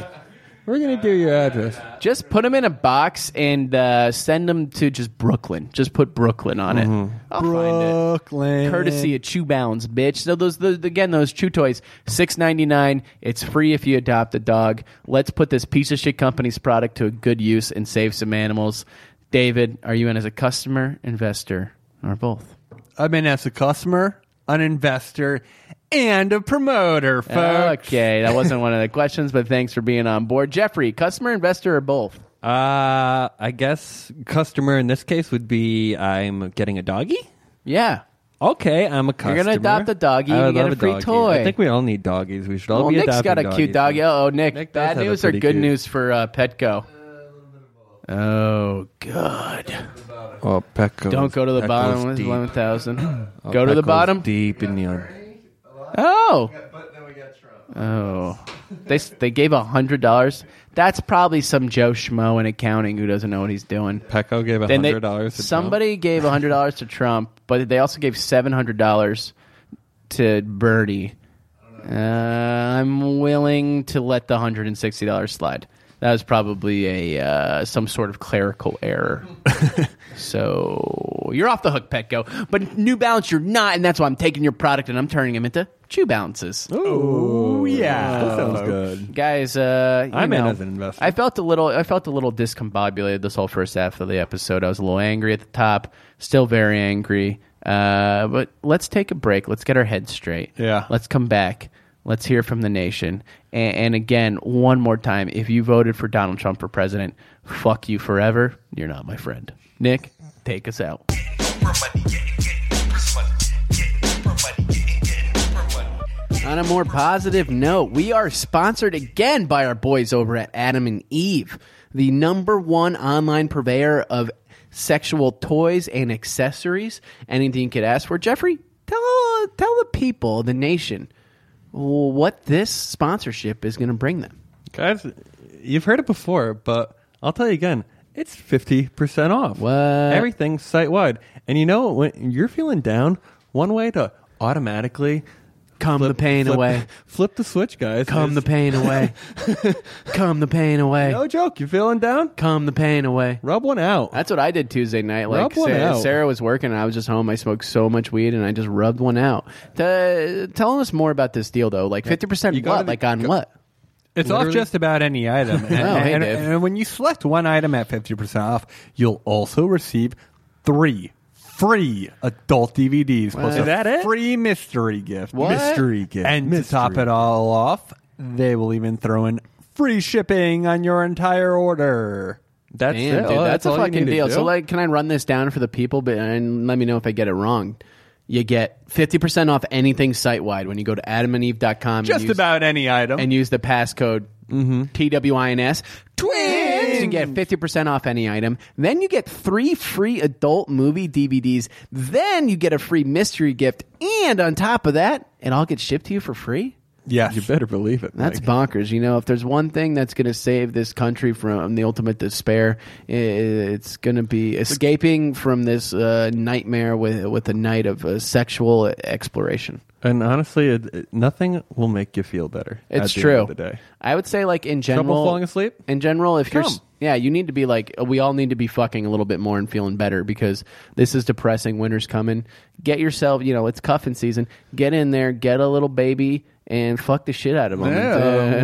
We're gonna do your address. Just put him in a box and uh, send him to just Brooklyn. Just put Brooklyn on it. I'll find it. Brooklyn. Courtesy of Chew Bounds, bitch. So those, those again, those Chew toys, six ninety nine. It's free if you adopt a dog. Let's put this piece of shit company's product to a good use and save some animals. David, are you in as a customer, investor, or both? I'm in as a customer, an investor, and a promoter, folks. Okay, that wasn't one of the questions, but thanks for being on board. Jeffrey, customer, investor, or both? Uh, I guess customer in this case would be I'm getting a doggy. Yeah. Okay, I'm a customer. gonna adopt a doggy, I you would get love a free doggy. toy. I think we all need doggies. We should all Well, be Nick's adopting got a cute doggy. Oh, Nick, Nick does bad have a news or pretty good cute- news for uh, Petco? Oh, God. Oh, Petco. Don't go to the bottom with 1,000. go to the bottom. Oh, Deep in the. Oh. Oh. They, s- they gave $100. That's probably some Joe Schmo in accounting who doesn't know what he's doing. Petco gave Then they- hundred dollars. Somebody gave hundred dollars to Trump, but they also gave seven hundred dollars to Bernie. Uh, I'm willing to let the hundred and sixty dollars slide. That was probably a uh, some sort of clerical error. so you're off the hook, Petco. But New Balance, you're not, and that's why I'm taking your product and I'm turning them into Chew Balances Oh, yeah. That sounds good. guys uh you I'm in know, as an investor. i felt a little i felt a little discombobulated this whole first half of the episode i was a little angry at the top still very angry uh but let's take a break let's get our heads straight Yeah. let's come back let's hear from the nation and, and again one more time if you voted for donald trump for president fuck you forever you're not my friend nick take us out On a more positive note, we are sponsored again by our boys over at Adam and Eve, the number one online purveyor of sexual toys and accessories. Anything you could ask for. Jeffrey, tell tell the people, the nation, what this sponsorship is going to bring them. Guys, you've heard it before, but I'll tell you again. It's fifty percent off. What? Everything site wide, and you know when you're feeling down, one way to automatically Come the pain flip, away. flip the switch, guys. Come is- the pain away. Come the pain away. No joke. You feeling down? Come the pain away. Rub one out. That's what I did Tuesday night. Like Rub one Sarah, out. Sarah was working and I was just home. I smoked so much weed and I just rubbed one out. T- tell us more about this deal though. Like fifty percent You gotta what? be- like on go- what? It's off Literally? just about any item. And, Oh, hey, and- Dave. and when you select one item at 50% off, you'll also receive three free adult DVDs plus Wow. a Is that it? free mystery gift. What? Mystery gift. And to Mystery top it all off, they will even throw in free shipping on your entire order. That's Damn, it. dude, Oh, that's, a all you fucking need to deal. do. So, like, can I run this down for the people? But and let me know if I get it wrong. You get fifty percent off anything site wide when you go to AdamAndEve.com. and Just use- about any item. and use the passcode TWINS twins and get 50% off any item. Then you get three free adult movie DVDs. Then you get a free mystery gift. And on top of that, it all gets shipped to you for free. yes. you better believe it. That's Mike. bonkers. You know, if there's one thing that's going to save this country from the ultimate despair, i- it's going to be escaping from this uh, nightmare with with a night of uh, sexual exploration. and honestly, it, it- nothing will make you feel better. at It's the true. End of the day. I would say, like in general, falling asleep? In general, if you're, Come. yeah, you need to be like we all need to be fucking a little bit more and feeling better because this is depressing. Winter's coming. Get yourself, you know, it's cuffing season. Get in there, get a little baby, and fuck the shit out of Uh, them. Yeah,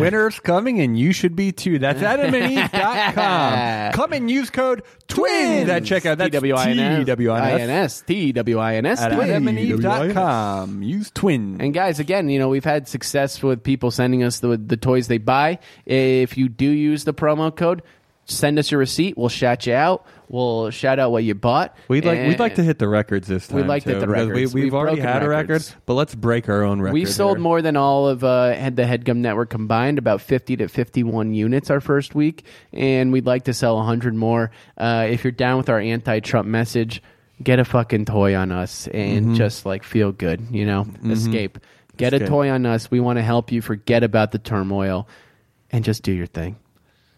winter's Oh, coming and you should be too. That's adamandeve.com. Come and use code TWINS at checkout. That's T-W-I-N-S. T-W-I-N-S. I-N-S. T-W-I-N-S. At adamandeve.com. Use TWINS. And guys, again, you know we've had success with people sending us the the toys they buy. If you do use the promo code, send us your receipt. We'll shout you out. We'll shout out what you bought. We'd like we'd And like to hit the records this time. We'd like to too, hit the because records. We, we've, We've already broken had records. a record, but let's break our own record. We've sold here. more than all of uh, had the Headgum Network combined, about fifty to fifty-one units our first week, and we'd like to sell hundred more. Uh, if you're down with our anti-Trump message, get a fucking toy on us and just like feel good, you know, escape. Get a Escape. toy on us. We want to help you forget about the turmoil and just do your thing,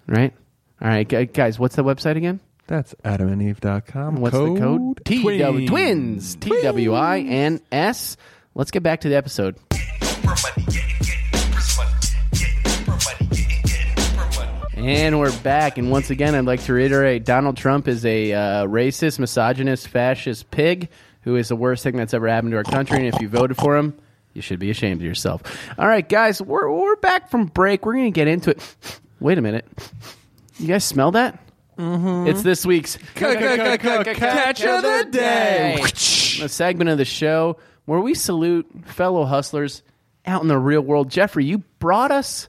right? All right, gu- guys. What's the website again? That's adamandeve.com. What's the code? T W twins. Twins. T W I N S. Let's get back to the episode. And we're back. And once again, I'd like to reiterate Donald Trump is a uh, racist, misogynist, fascist pig who is the worst thing that's ever happened to our country. And if you voted for him, you should be ashamed of yourself. All right, guys, we're, we're back from break. We're going to get into it. Wait a minute. You guys smell that? Mm-hmm. It's this week's Catch of the day. a segment of the show where we salute fellow hustlers out in the real world. Jeffrey, you brought us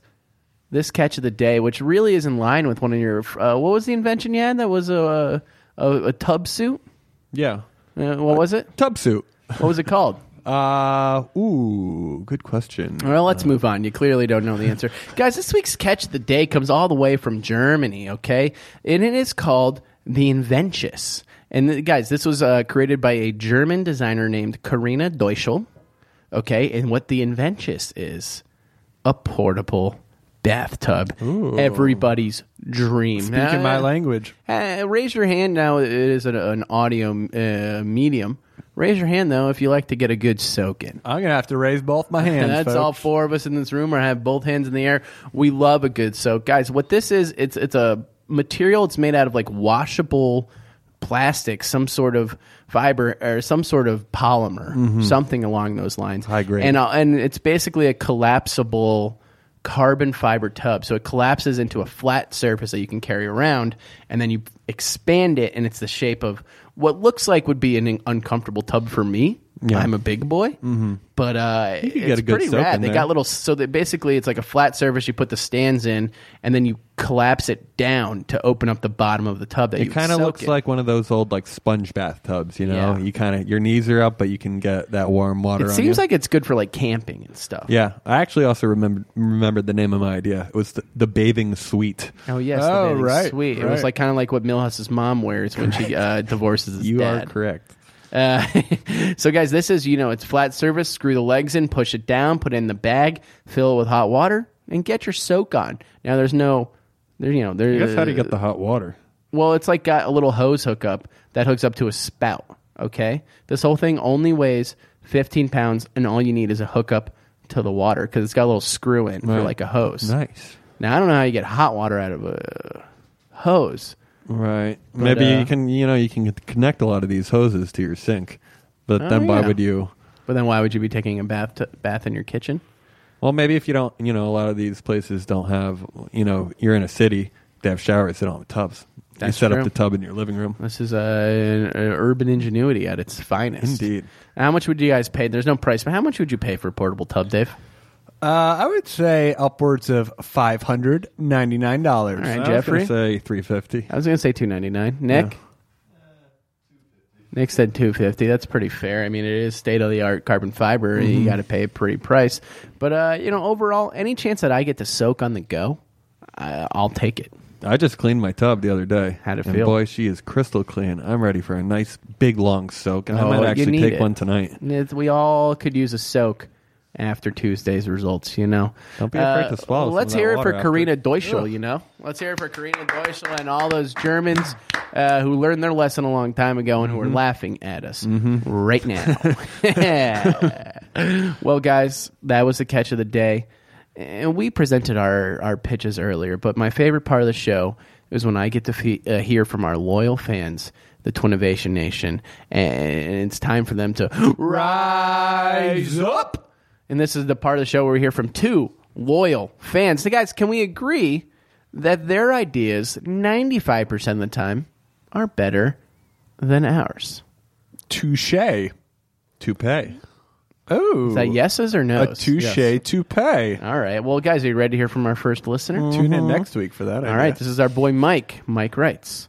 this catch of the day, which really is in line with one of your. Uh, what was the invention you had? That was a a, a tub suit. Yeah. Uh, what was it? Tub suit. What was it called? Uh, ooh, good question. Well, Uh, let's move on. You clearly don't know the answer. Guys, this week's catch of the day comes all the way from Germany, okay? And it is called The Inventious. And th- guys, this was uh, created by a German designer named Karina Deutschel, okay? And what The Inventious is a portable bathtub. Everybody's dream. Speaking my Uh, language. uh, raise your hand now. It is an, an audio uh, medium. Raise your hand, though, if you like to get a good soak in. I'm going to have to raise both my hands. And that's folks. all four of us in this room are have both hands in the air. We love a good soak. Guys, what this is, it's it's a material it's made out of like washable plastic, some sort of fiber or some sort of polymer, something along those lines. Mm-hmm. High grade. And uh, and it's basically a collapsible carbon fiber tub. So it collapses into a flat surface that you can carry around and then you expand it and it's the shape of what looks like would be an uncomfortable tub for me. I'm a big boy. But uh Mm-hmm. You could it's get a good pretty soak rad. in they there. got little so that basically it's like a flat surface. You put the stands in, and then you collapse it down to open up the bottom of the tub. That It you kind of soak looks in. like one of those old like sponge bathtubs, you know. Yeah. You kind of your knees are up, but you can get that warm water. It on seems you. like it's good for like camping and stuff. yeah. I actually also remembered remembered the name of my idea. It was the, the bathing suite. Oh yes, Oh, oh, right, right, sweet. It was right. like kind of like what Milhouse's mom wears when she uh, divorces his you dad. are correct. Uh, so, guys, this is you know it's flat surface. Screw the legs in, push it down, put it in the bag, fill it with hot water, and get your soak on. Now, there's no, there you know, there. Guess how to get the hot water. Well, it's like got a little hose hookup that hooks up to a spout. Okay, this whole thing only weighs 15 pounds, and all you need is a hookup to the water because it's got a little screw in for Right. like a hose. Nice. Now I don't know how you get hot water out of a hose. Right. Maybe uh, you can you know you can connect a lot of these hoses to your sink, but Oh, then why yeah. would you? But then why would you be taking a bath to, bath in your kitchen? Well, maybe if you don't, you know, a lot of these places don't have, you know, you're in a city, they have showers, they don't have tubs. That's you set true. up the tub in your living room. This is uh, an- an urban ingenuity at its finest. Indeed. How much would you guys pay? There's no price, but how much would you pay for a portable tub, Dave? Uh, I would say upwards of five hundred ninety nine dollars. All right. I was Jeffrey? gonna say three fifty. I was going to say two ninety nine. Nick. Uh, Nick said two fifty. That's pretty fair. I mean, it is state of the art carbon fiber. You got to pay a pretty price, but uh, you know, overall, any chance that I get to soak on the go, I, I'll take it. I just cleaned my tub the other day. How'd it and feel? Boy, she is crystal clean. I'm ready for a nice big long soak, and Oh, I might you actually need take it. one tonight. It- We all could use a soak after Tuesday's results, you know. Don't be afraid to swallow some Uh, Let's of that hear it water for after. Karina Deutschel, you know. Let's hear it for Karina Deutschel and all those Germans uh, who learned their lesson a long time ago and who Mm-hmm. are laughing at us right now. well, guys, that was the catch of the day. And we presented our, our pitches earlier, but my favorite part of the show is when I get to fe- uh, hear from our loyal fans, the Twinnovation Nation, and it's time for them to rise up. And this is the part of the show where we hear from two loyal fans. So, guys, can we agree that their ideas, 95% of the time, are better than ours? Touche. Toupee. Oh, Is that yeses or A no's? touche toupee. All right. Well, guys, are you ready to hear from our first listener? Mm-hmm. Tune in next week for that. All right, this is our boy Mike. Mike writes,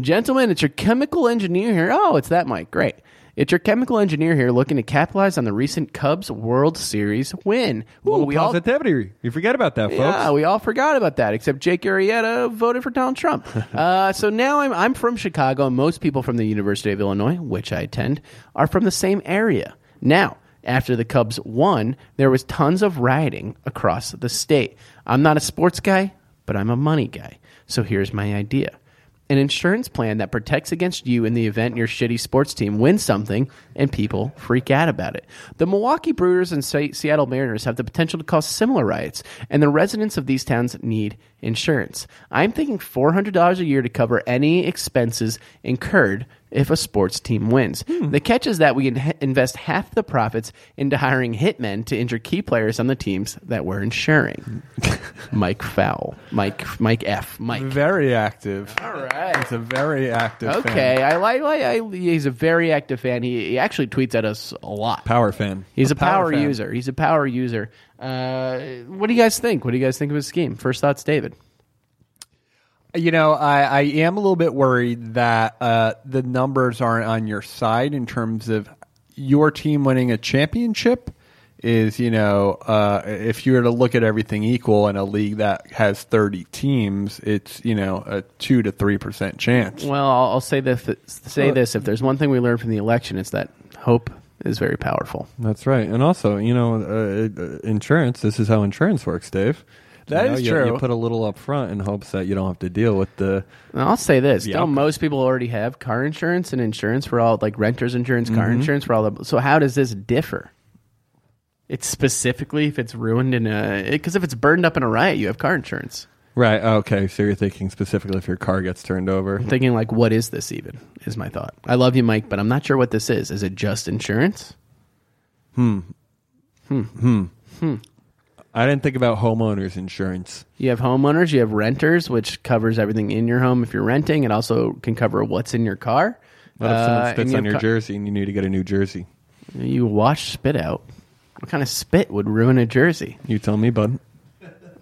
"Gentlemen, it's your chemical engineer here. Oh, it's that Mike. Great. It's your chemical engineer here, looking to capitalize on the recent Cubs World Series win. Ooh, Ooh, we all positivity. you forget about that, folks. yeah, we all forgot about that, except Jake Arrieta voted for Donald Trump. uh, so now I'm, I'm from Chicago, and most people from the University of Illinois, which I attend, are from the same area. Now, after the Cubs won, there was tons of rioting across the state. I'm not a sports guy, but I'm a money guy. So here's my idea an insurance plan that protects against you in the event your shitty sports team wins something and people freak out about it. The Milwaukee Brewers and Se- Seattle Mariners have the potential to cause similar riots, and the residents of these towns need insurance. I'm thinking $400 a year to cover any expenses incurred if a sports team wins. The catch is that we in- invest half the profits into hiring hitmen to injure key players on the teams that we're insuring. Mike Fowl. Mike Mike F. Mike. Very active. All right. It's a very active. fan. Okay, I like. I, I, he's a very active fan. He, he actually tweets at us a lot. Power fan. He's a, power, fan. user. He's a power user. Uh, what do you guys think? What do you guys think of his scheme? First thoughts, David. You know, I, I am a little bit worried that uh, the numbers aren't on your side in terms of your team winning a championship. Is you know, uh, if you were to look at everything equal in a league that has thirty teams, it's you know a two to three percent chance. Well, I'll, I'll say this. Say this. If there's one thing we learned from the election, it's that hope is very powerful. That's right. And also, you know, uh, uh, insurance. This is how insurance works, Dave. That That is is you, true. You put a little up front in hopes that you don't have to deal with the. Now, I'll say this: Yeah. Don't most people already have car insurance and insurance for all like renters insurance, car insurance for all the? So how does this differ? It's specifically if it's ruined in a because if it's burned up in a riot, you have car insurance. Right. Okay. So you're thinking specifically if your car gets turned over. I'm thinking like, what is this even? Is my thought. I love you, Mike, but I'm not sure what this is. Is it just insurance? I didn't think about homeowners insurance. You have homeowners, you have renters, which covers everything in your home if you're renting. It also can cover what's in your car. What if someone Uh, and spits you on have car- your jersey and you need to get a new jersey? You wash spit out. What kind of spit would ruin a jersey? You tell me, bud.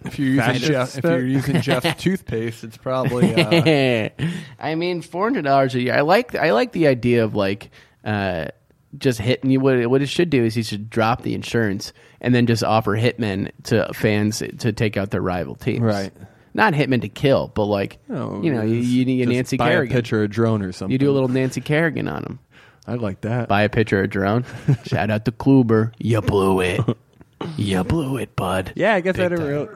If you're using, Fascist Jeff, if you're using Jeff's toothpaste, it's probably uh, I mean, four hundred dollars a year. I like I like the idea of like uh, just hitting you. What what it should do is he should drop the insurance and then just offer hitmen to fans to take out their rival teams. Right. Not hitmen to kill, but like you know, you, you need a Oh, just Nancy buy Kerrigan. a pitcher, a drone, or something. you do a little Nancy Kerrigan on him. I like that. Buy a pitcher a drone. Shout out to Kluber. You blew it. you blew it, bud. yeah, I guess I time. didn't really.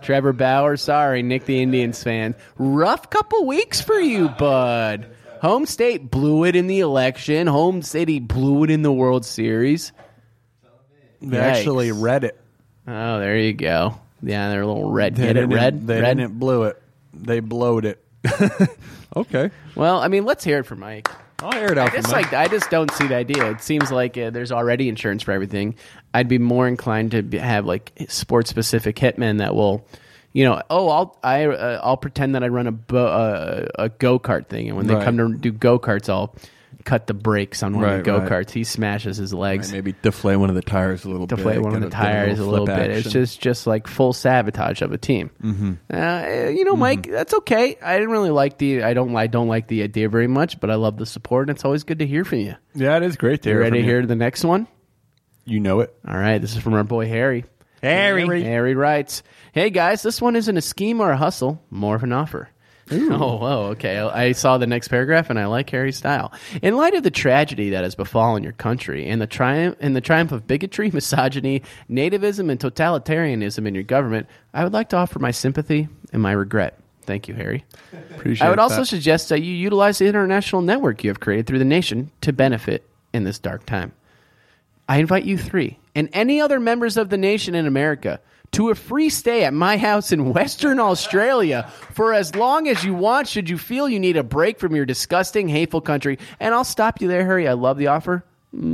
Trevor Bauer, sorry, Nick the Indians fan. Rough couple weeks for you, bud. Home state blew it in the election. Home city blew it in the World Series. they actually Yikes. read it. Oh, there you go. Yeah, they're a little red. They Get it didn't- red? They red. didn't blew it. They blowed it. Okay. Well, I mean, let's hear it for Mike. I'll air it out. I for just Mike. like I just don't see the idea. It seems like uh, there's already insurance for everything. I'd be more inclined to be, have like sports specific hitmen that will, you know, oh, I'll I uh, I'll pretend that I run a bo- uh, a go kart thing, and when Right. they come to do go karts, I'll cut the brakes on one of the Right, go right. karts. He smashes his legs. maybe deflate one of the tires a little to bit. play one of get the a- get tires a little, flip bit. It's action. just just like full sabotage of a team. Mm-hmm. Uh, you know, Mike, that's okay. I didn't really like the I don't I don't like the idea very much, but I love the support, and it's always good to hear from you. Yeah, it is great to You hear. ready to from you. hear the next one? You know it. All right, this is from our boy Harry. Harry. Harry writes, "Hey guys, this one isn't a scheme or a hustle, more of an offer." Oh, whoa, okay. I saw the next paragraph and I like Harry's style. In light of the tragedy that has befallen your country and the triumph and the triumph of bigotry, misogyny, nativism, and totalitarianism in your government, I would like to offer my sympathy and my regret. Thank you, Harry. Appreciate I would also that. suggest that you utilize the international network you have created through the nation to benefit in this dark time. I invite you three and any other members of the nation in America to a free stay at my house in Western Australia for as long as you want, should you feel you need a break from your disgusting, hateful country. And I'll stop you there, Harry. I love the offer.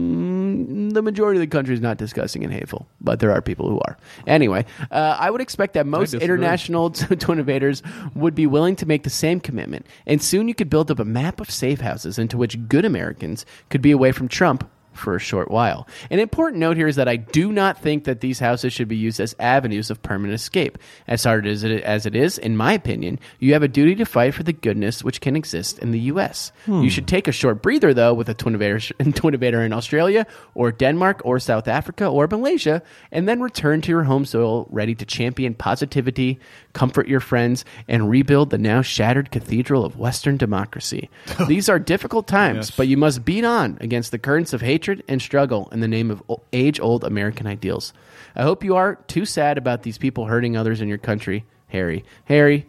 Mm, the majority of the country is not disgusting and hateful, but there are people who are. Anyway, uh, I would expect that most disagree. international innovators would be willing to make the same commitment, and soon you could build up a map of safe houses into which good Americans could be away from Trump for a short while. An important note here is that I do not think that these houses should be used as avenues of permanent escape. As hard as it, as it is, in my opinion, you have a duty to fight for the goodness which can exist in the U.S. You should take a short breather, though, with a twin innovator in Australia or Denmark or South Africa or Malaysia, and then return to your home soil ready to champion positivity, comfort your friends, and rebuild the now shattered cathedral of Western democracy. These are difficult times, but you must beat on against the currents of hatred and struggle in the name of age old American ideals. I hope you are too sad about these people hurting others in your country, Harry. Harry,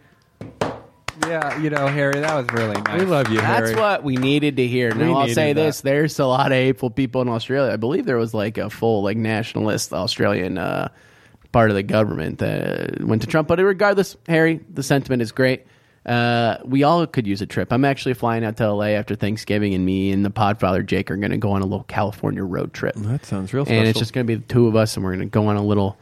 Yeah, you know, Harry, that was really nice. We love you, that's Harry. what we needed to hear. Now I'll needed say that. this: there's a lot of hateful people in Australia. I believe there was like a full like nationalist Australian uh, part of the government that went to Trump. But regardless, Harry, the sentiment is great. Uh, we all could use a trip. I'm actually flying out to LA after Thanksgiving, and me and the Podfather Jake are going to go on a little California road trip. that sounds real. and Special. it's just going to be the two of us, and we're going to go on a little.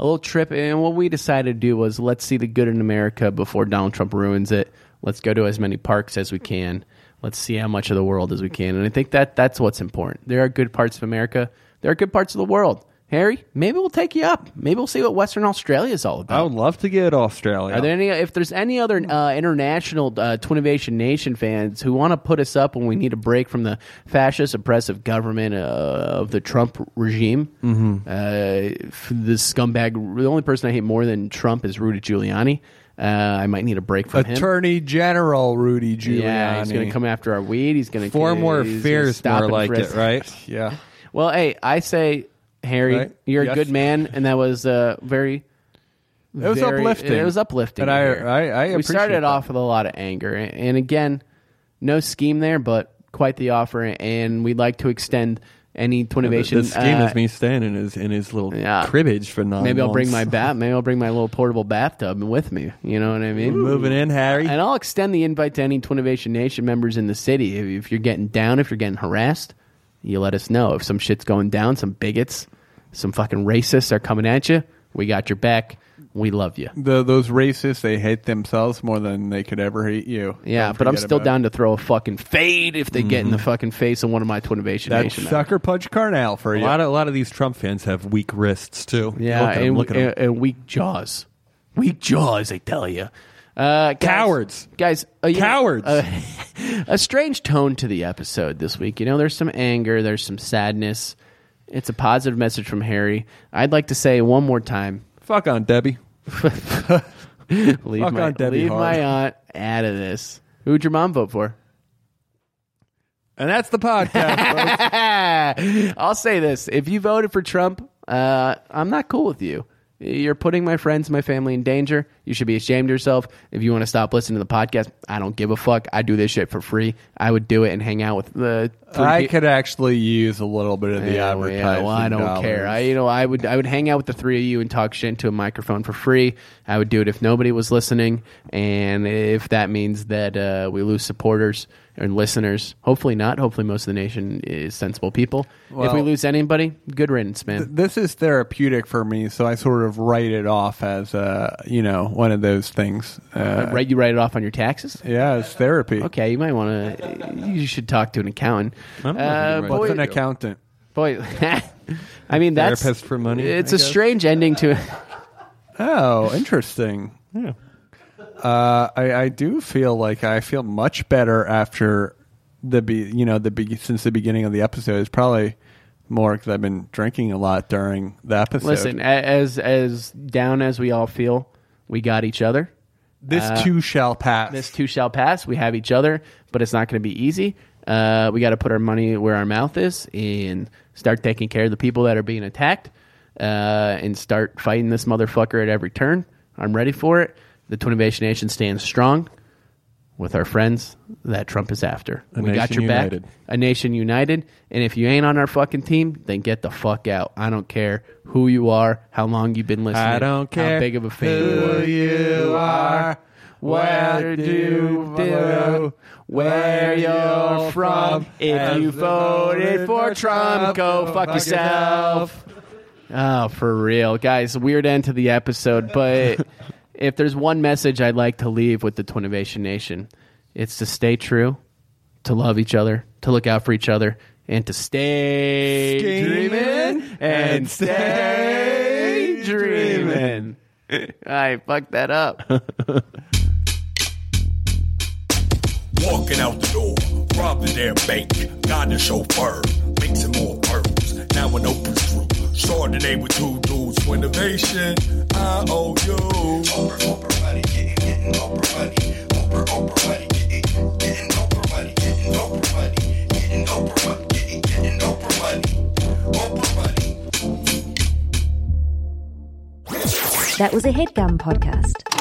A little trip, and what we decided to do was let's see the good in America before Donald Trump ruins it. Let's go to as many parks as we can. Let's see how much of the world as we can, and I think that that's what's important. There are good parts of America. There are good parts of the world. Harry, maybe we'll take you up. Maybe we'll see what Western Australia is all about. I would love to get Australia. Are there any? If there's any other uh, international uh, Twinnovation Nation fans who want to put us up when we need a break from the fascist, oppressive government uh, of the Trump regime, uh, f- this scumbag. The only person I hate more than Trump is Rudy Giuliani. Uh, I might need a break from him. Attorney General Rudy Giuliani. Yeah, he's going to come after our weed. He's going to Four more fears, more like it, right? Yeah. Well, hey, I say, Harry, Right? you're Yes. a good man, and that was uh, very. It was very- uplifting. It was uplifting. And I- Harry. I- I we appreciate started that. off with a lot of anger, and, and again, no scheme there, but quite the offer, and we'd like to extend any The, Twinnovation. the scheme uh, is me staying in his in his little Yeah. cribbage for nine. Maybe I'll bring my months. bat. Maybe I'll bring my little portable bathtub with me. You know what I mean? Moving in, Harry. And I'll extend the invite to any Twinnovation Nation members in the city. If, if you're getting down, if you're getting harassed, you let us know. If some shit's going down, some bigots, some fucking racists are coming at you, we got your back. We love you. The, those racists, they hate themselves more than they could ever hate you. Yeah, Don't but I'm forget still about Mm-hmm. down to throw a fucking fade if they get in the fucking face of one of my Twinnovation That Nation members. sucker punch Carnell for a you. lot of a lot of these Trump fans have weak wrists too. Yeah, look at 'em, and, look at 'em. and- and weak jaws. Weak jaws, I tell you. Uh, guys- Cowards. Guys. uh, you know, Cowards. uh, a strange tone to the episode this week. You know, there's some anger, there's some sadness. It's a positive message from Harry. I'd like to say one more time Fuck on Debbie. leave, Fuck my, Aunt Debbie leave hard. my aunt out of this. Who'd your mom vote for? And that's the podcast. folks. I'll say this: if you voted for Trump, uh, I'm not cool with you. You're putting my friends, my family in danger. You should be ashamed of yourself. If you want to stop listening to the podcast, I don't give a fuck. I do this shit for free. I would do it and hang out with the. three I peo- could actually use a little bit of the yeah, well, advertising. yeah, well, I don't dollars. care. I you know I would I would hang out with the three of you and talk shit into a microphone for free. I would do it if nobody was listening, and if that means that uh, we lose supporters and listeners, hopefully not. Hopefully most of the nation is sensible people. if we Well- lose anybody, good riddance, man. this is therapeutic for me, so I sort of write it off as uh, you know one of those things. Uh, right, you write it off on your taxes. yeah, it's therapy. Okay, you might want to. You should talk to an accountant. I'm not gonna Uh, write What's Boy- an accountant? boy, I mean that's Therapist for money, It's I a guess. strange ending to. Oh, interesting. Yeah. Uh, I, I do feel like I feel much better after the be you know the be- since the beginning of the episode. It's probably more because I've been drinking a lot during the episode. Listen, a- as as down as we all feel, we got each other. this too shall pass. Uh, This too shall pass. We have each other, but it's not going to be easy. Uh, we got to put our money where our mouth is and start taking care of the people that are being attacked uh, and start fighting this motherfucker at every turn. I'm ready for it. The Twinnovation Nation stands strong with our friends that Trump is after. A we got nation your back. united. A nation united. And if you ain't on our fucking team, then get the fuck out. I don't care who you are, how long you've been listening, I don't care how big of a fan you are. who you are, Where do do where you're from? If you voted for Trump, go fuck yourself. Oh, for real, guys. Weird end to the episode, but if there's one message I'd like to leave with the Twinnovation Nation, it's to stay true, to love each other, to look out for each other, and to stay dreaming and stay dreaming. I fucked that up. Walking out the door, robbed the damn bank, got the chauffeur, mixing more pearls. Now an open screw, Chardonnay with two dudes for innovation. I owe you. Oprah, Oprah money, getting, getting Oprah money. Oprah, Oprah money, getting, getting Oprah money, getting Oprah money, getting Oprah money, getting, getting Oprah money. Oprah money. That was a headgum podcast.